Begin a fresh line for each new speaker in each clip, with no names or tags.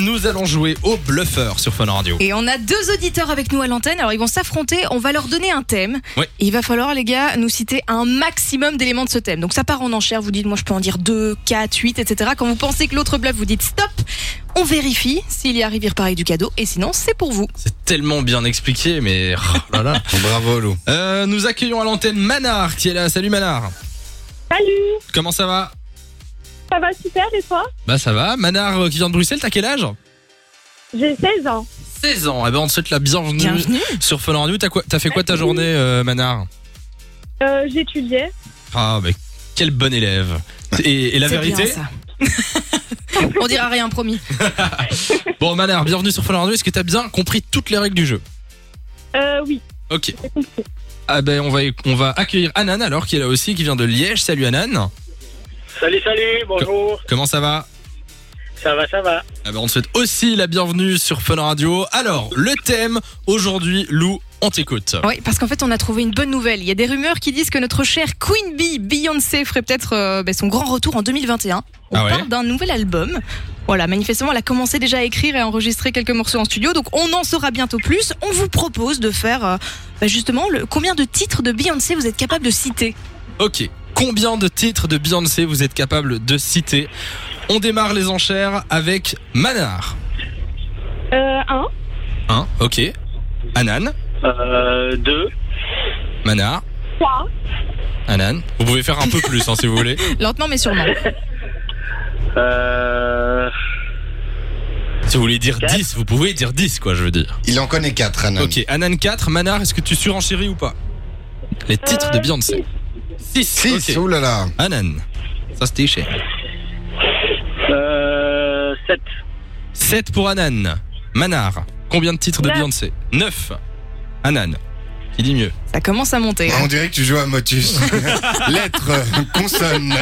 Nous allons jouer au bluffeur sur Fun Radio.
Et on a deux auditeurs avec nous à l'antenne. Alors ils vont s'affronter. On va leur donner un thème.
Oui.
Et il va falloir les gars nous citer un maximum d'éléments de ce thème. Donc ça part en enchère. Vous dites moi je peux en dire 2, 4, 8, etc. Quand vous pensez que l'autre bluffe, vous dites stop. On vérifie s'il y arrive il repart avec du cadeau. Et sinon c'est pour vous.
C'est tellement bien expliqué, mais oh là là.
Bravo Lou.
Euh, nous accueillons à l'antenne Manard qui est là. Salut Manard.
Salut,
Comment ça va
ça va super et toi
Bah ça va. Manard euh, qui vient de Bruxelles, t'as quel âge
J'ai 16 ans.
16 ans. Eh ben on te souhaite la bienvenue
Bienvenue.
sur Fun Radio. T'as quoi T'as fait quoi ta journée, euh, Manard
Euh, J'étudiais.
Ah bah quel bon élève. Et, et la
C'est
vérité.
bien, ça. on dira rien promis.
Bon Manard, bienvenue sur Fun Radio. Est-ce que t'as bien compris toutes les règles du jeu
Euh, oui,
Ok.
j'ai compris.
Ah ben on va on va accueillir Anan alors qui est là aussi, qui vient de Liège. Salut Anan.
Salut, salut, bonjour.
Comment ça va
Ça va, ça va.
Ah bah, on te souhaite aussi la bienvenue sur Fun Radio. Alors, le thème aujourd'hui, Lou, on t'écoute.
Oui, parce qu'en fait, on a trouvé une bonne nouvelle. Il y a des rumeurs qui disent que notre chère Queen Bee, Beyoncé, ferait peut-être euh, ben, son grand retour en 2021. On
Ah ouais
parle d'un nouvel album. Voilà, manifestement, elle a commencé déjà à écrire et à enregistrer quelques morceaux en studio, donc on en saura bientôt plus. On vous propose de faire euh, ben, justement le, combien de titres de Beyoncé vous êtes capable de citer
Ok, combien de titres de Beyoncé vous êtes capable de citer On démarre les enchères avec Manar.
Euh, 1,
1, ok. Anan,
Euh, deux.
Manar,
3,
Anan. Vous pouvez faire un peu plus hein, si vous voulez.
Lentement mais sûrement.
Euh,
Si vous voulez dire
Quatre.
10, vous pouvez dire 10, quoi, je veux dire.
Il en connaît 4, Anan.
Ok, Anan 4, Manar, est-ce que tu surenchéris ou pas Les titres de
Euh,
Beyoncé. 6,
6, oulala.
Anan, ça c'était cher.
euh, sept.
7 pour Anan. Manar, combien de titres de
Neuf.
Beyoncé 9. Anan, qui dit mieux
Ça commence à monter.
Ah,
On dirait que tu joues à Motus. Lettre, consonne.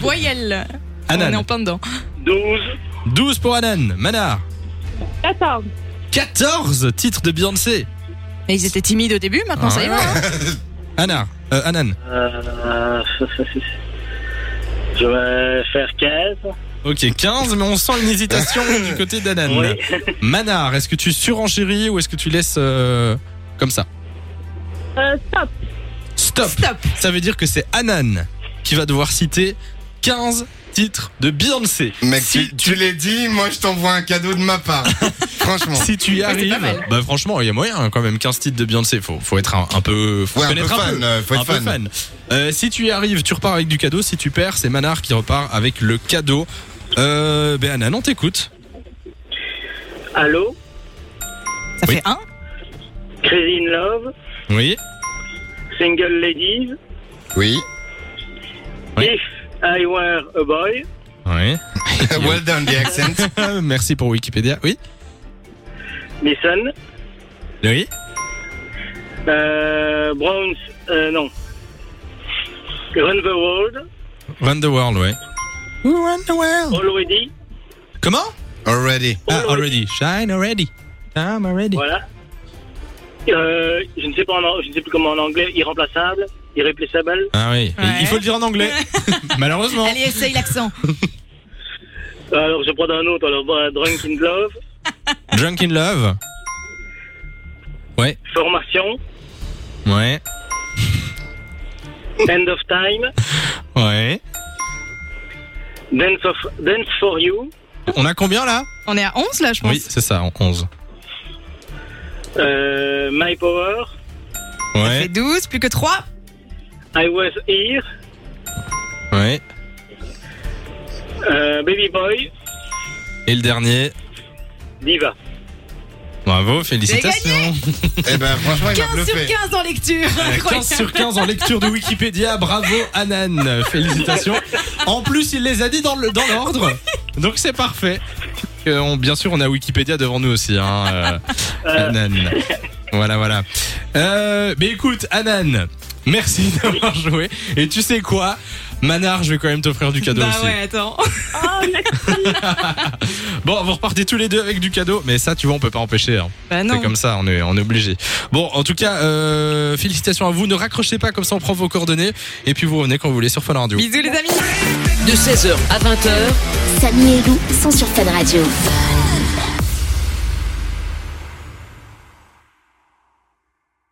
Voyelle. On est en
Anan,
plein dedans.
Douze.
12 pour Anan. Manar,
14.
14 titres de Beyoncé.
Mais ils étaient timides au début, maintenant ça y va. hein.
Anar, euh, Anan,
Euh, je vais faire quinze.
ok, 15, mais on sent une hésitation du côté d'Anan.
Oui.
Manar, est-ce que tu surenchéris ou est-ce que tu laisses euh, comme ça
Euh, stop.
Stop.
Stop.
Ça veut dire que c'est Anan qui va devoir citer 15 titres de Beyoncé.
Mec,
Si
tu, tu l'as dit, moi je t'envoie un cadeau de ma part. Franchement.
Si tu y arrives,
pas mal.
bah franchement, il y a moyen hein, quand même 15 titres de Beyoncé. Faut, faut être un, un peu, faut
Ouais, un peu
connaître
fan, euh, faut être
un peu
fan.
fan. Euh, si tu y arrives, tu repars avec du cadeau. Si tu perds, c'est Manar qui repart avec le cadeau. Euh, ben Anan, on t'écoute.
Allô?
Ça
Oui.
fait 1.
Crazy in Love.
Oui.
Single Ladies.
Oui.
Oui.
If I were a boy.
Oui.
well done, the
euh,
accent.
Merci pour Wikipédia. Oui.
Listen.
Oui.
Euh, Browns. Euh, non. Run the world.
Run the world, ouais. Run the world.
Already.
Comment
Already.
Ah, already. Shine already. Time already.
Voilà. Euh, je ne sais pas en an- je ne sais plus comment en anglais. Irremplaçable. Irreplaceable.
Ah oui.
Ouais.
Il faut le dire en anglais. Malheureusement.
Allez, essaye l'accent.
Alors, je prends d'un autre. Alors, bah, Drunk in Love,
Drunk in love.
Formation,
Ouais.
End of Time,
Ouais.
Dance, of, dance for You,
On a combien là
On est à 11 là, je pense.
Oui, c'est ça, en 11.
euh, My Power,
Ça fait
Ouais,
12, plus que 3.
I Was Here,
ouais.
euh, Baby Boy,
Et le dernier,
Diva.
bravo, félicitations.
Eh ben, franchement, il m'a
15 sur
bluffé.
15 en lecture. Incroyable.
15 sur 15 en lecture de Wikipédia, bravo Anan, félicitations. En plus, il les a dit dans le dans l'ordre, donc c'est parfait. Euh, on- bien sûr, on a Wikipédia devant nous aussi, hein, euh,
Euh,
Anan. Voilà, voilà. Euh, mais écoute, Anan, merci d'avoir joué. Et tu sais quoi, Manar, je vais quand même t'offrir du cadeau
bah
aussi.
ouais, attends.
Oh, merci.
Bon, vous repartez tous les deux avec du cadeau, mais ça, tu vois, on peut pas empêcher. hein.
Bah
C'est comme ça, on est, on est obligé. Bon, en tout cas, euh, félicitations à vous. Ne raccrochez pas, comme ça on prend vos coordonnées. Et puis vous revenez quand vous voulez sur Fun Radio.
Bisous les amis.
de 16h à 20h.
Samy et Lou sont sur Fan Radio.